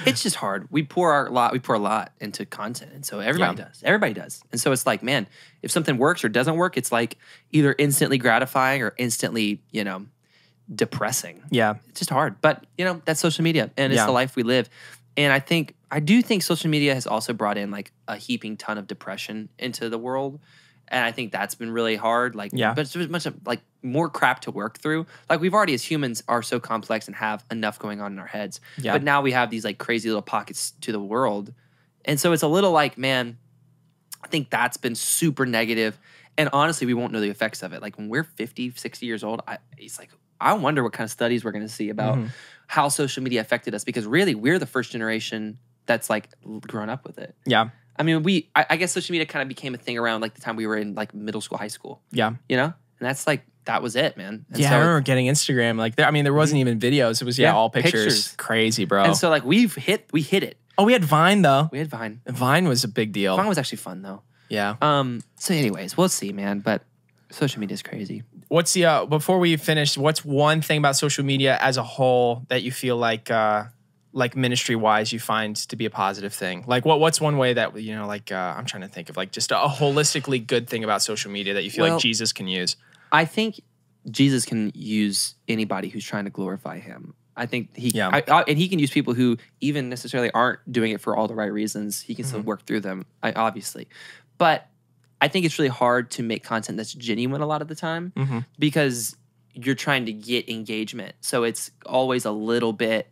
S1: It's just hard. We pour our lot, we pour a lot into content. And so everybody
S2: Yeah.
S1: does. Everybody does. And so it's like, man, if something works or doesn't work, it's like either instantly gratifying or instantly, you know, depressing.
S2: yeah,
S1: it's just hard. But you know, that's social media and it's
S2: Yeah.
S1: the life we live. And I think I do think social media has also brought in like a heaping ton of depression into the world. And I think that's been really hard. Like,
S2: Yeah.
S1: but it's just much of like more crap to work through. Like we've already as humans are so complex and have enough going on in our heads.
S2: Yeah.
S1: But now we have these like crazy little pockets to the world. And so it's a little like, man, I think that's been super negative. And honestly, we won't know the effects of it. Like when we're 50, 60 years old, I, it's like, I wonder what kind of studies we're going to see about
S2: Mhm.
S1: how social media affected us because really we're the first generation that's like l- grown up with it.
S2: yeah,
S1: I mean, we, I, I guess social media kind of became a thing around like the time we were in like middle school, high school,
S2: yeah.
S1: you know? And that's like, that was it, man. And
S2: yeah,
S1: so
S2: I
S1: it-
S2: remember getting Instagram. Like, there, I mean, there wasn't even videos. It was yeah,
S1: Yeah,
S2: all pictures.
S1: pictures.
S2: Crazy, bro.
S1: And so like we've hit, we hit it.
S2: oh, we had Vine though.
S1: We had Vine.
S2: Vine was a big deal.
S1: Vine was actually fun though.
S2: yeah.
S1: Um. So, anyways, we'll see, man. But social media is crazy.
S2: What's the uh, before we finish? What's one thing about social media as a whole that you feel like, uh, like ministry wise, you find to be a positive thing? Like, what what's one way that you know, like, uh, I'm trying to think of like just a holistically good thing about social media that you feel
S1: Well-
S2: like Jesus can use.
S1: I think Jesus can use anybody who's trying to glorify Him. I think he
S2: Yeah.
S1: I, I- and he can use people who even necessarily aren't doing it for all the right reasons. He can still work through them, I, obviously. But I think it's really hard to make content that's genuine a lot of the time
S2: Mhm.
S1: because you're trying to get engagement. So it's always a little bit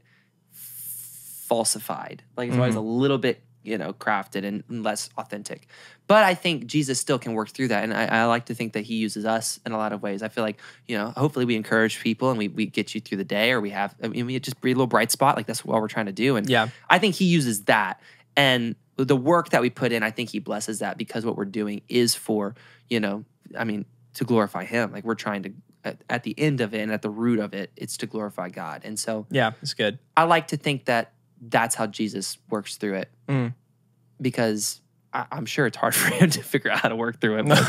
S1: falsified. Like it's always a little bit, you know, crafted and less authentic. But I think Jesus still can work through that. And I, I like to think that he uses us in a lot of ways. I feel like, you know, hopefully we encourage people and we, we get you through the day or we have, I mean, we just be a little bright spot. Like that's what we're trying to do. And
S2: Yeah.
S1: I think he uses that. And the work that we put in, I think he blesses that because what we're doing is for, you know, I mean, to glorify him. Like we're trying to, at, at the end of it and at the root of it, it's to glorify God. And so,
S2: Yeah, it's good.
S1: I like to think that that's how Jesus works through it
S2: Mm.
S1: because I, I'm sure it's hard for him to figure out how to work through it. But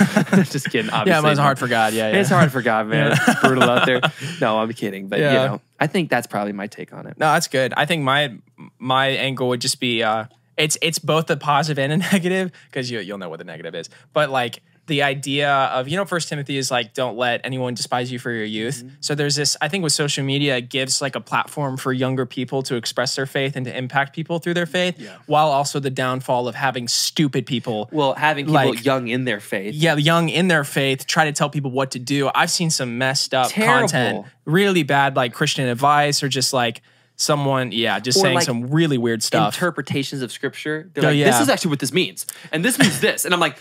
S1: just kidding. Obviously,
S2: yeah, it was hard for God. Yeah, yeah.
S1: It's hard for God, man.
S2: Yeah.
S1: It's brutal out there. No, I'm kidding. But
S2: Yeah.
S1: you know, I think that's probably my take on it.
S2: No, that's good. I think my my angle would just be uh it's it's both a positive and a negative because you you'll know what the negative is. But like the idea of you know first Timothy is like don't let anyone despise you for your youth. So there's this I think with social media it gives like a platform for younger people to express their faith and to impact people through their faith while also the downfall of having stupid people
S1: Well, having people
S2: Like-
S1: young in their faith.
S2: yeah, young in their faith, try to tell people what to do. I've seen some messed up
S1: Terrible.
S2: content, really bad like Christian advice or just like someone, yeah, just
S1: Or,
S2: saying
S1: like,
S2: some really weird stuff.
S1: Interpretations of scripture. They're
S2: Oh,
S1: like,
S2: yeah.
S1: this is actually what this means, and this means this, and I'm like,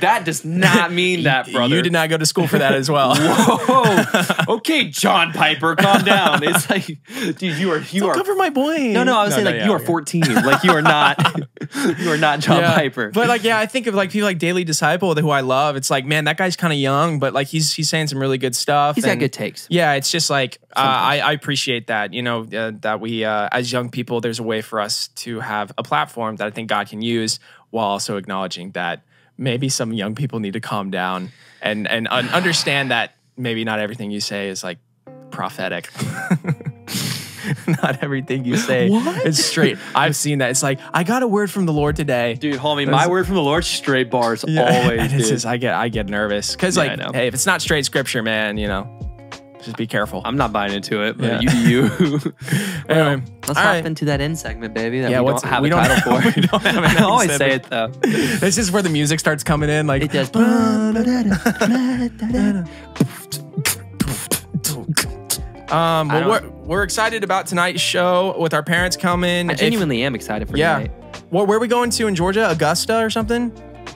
S1: That does not mean that, brother.
S2: You did not go to school for that as well.
S1: Whoa. okay, John Piper, calm down. It's like, dude, you are you are.
S2: Cover my boy.
S1: no, no, I was saying like
S2: yeah,
S1: you are
S2: okay.
S1: 14. Like you are not, you are not John
S2: Yeah.
S1: Piper.
S2: But like, yeah, I think of like people like Daily Disciple who I love. It's like, man, that guy's kind of young, but like he's he's saying some really good stuff.
S1: he's got
S2: and-
S1: good takes.
S2: Yeah, it's just like uh, I, I appreciate that. You know uh, that we uh, as young people, there's a way for us to have a platform that I think God can use while also acknowledging that maybe some young people need to calm down and and un- understand that maybe not everything you say is like prophetic. Not everything you say is straight. I've seen that. It's like I got a word from the Lord today.
S1: Dude, homie, my word from the Lord, straight bars always.
S2: And it's
S1: dude.
S2: just, I get I get nervous because
S1: Yeah, I
S2: like
S1: know.
S2: hey if it's not straight scripture man you know just be careful.
S1: I'm not buying into it, but
S2: Yeah.
S1: you do you.
S2: anyway,
S1: Let's
S2: all
S1: hop
S2: right.
S1: into that end segment, baby. That
S2: Yeah,
S1: we
S2: what's-
S1: don't have
S2: we
S1: a
S2: don't
S1: title
S2: have-
S1: for.
S2: we don't have an
S1: I
S2: end
S1: always say
S2: segment.
S1: it though.
S2: This is where the music starts coming in. Like
S1: It does. That's
S2: Um,
S1: I
S2: well,
S1: don't-
S2: we're, we're excited about tonight's show with our parents coming.
S1: I
S2: If-
S1: genuinely am excited for
S2: yeah.
S1: tonight.
S2: What, where are we going to in Georgia? Augusta or something?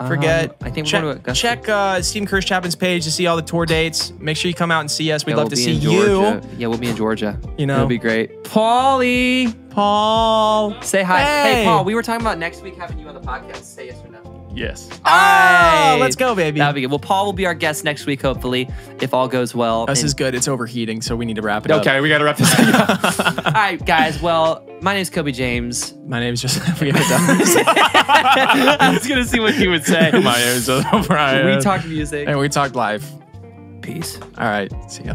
S2: Forget.
S1: Um, I think we're
S2: check,
S1: going to Augusta.
S2: Check uh, Stephen Curtis Chapman's page to see all the tour dates. Make sure you come out and see us. We'd
S1: Yeah,
S2: love
S1: we'll
S2: to
S1: be
S2: see
S1: in
S2: you,
S1: Georgia. Yeah, we'll be in Georgia.
S2: You know.
S1: it'll be great. Paulie,
S2: Paul.
S1: say hi. Hey.
S2: Hey.
S1: Paul. We were talking about next week having you on the podcast. Say yes or no.
S2: Yes.
S1: Aye.
S2: Oh, let's go, baby.
S1: That'd be good. Well, Paul will be our guest next week, hopefully, if all goes well.
S2: this
S1: And-
S2: is good. It's overheating, so we need to wrap it up.
S5: Okay, we got to wrap this up.
S1: all right, guys. Well, my name's Kobe James.
S2: My name's just we have done.
S1: I was gonna see what he would say.
S2: My name's O'Brien.
S1: we talk music.
S2: and we talk live.
S1: Peace.
S2: All right. See ya.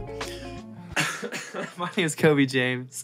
S1: My name is Kobe James.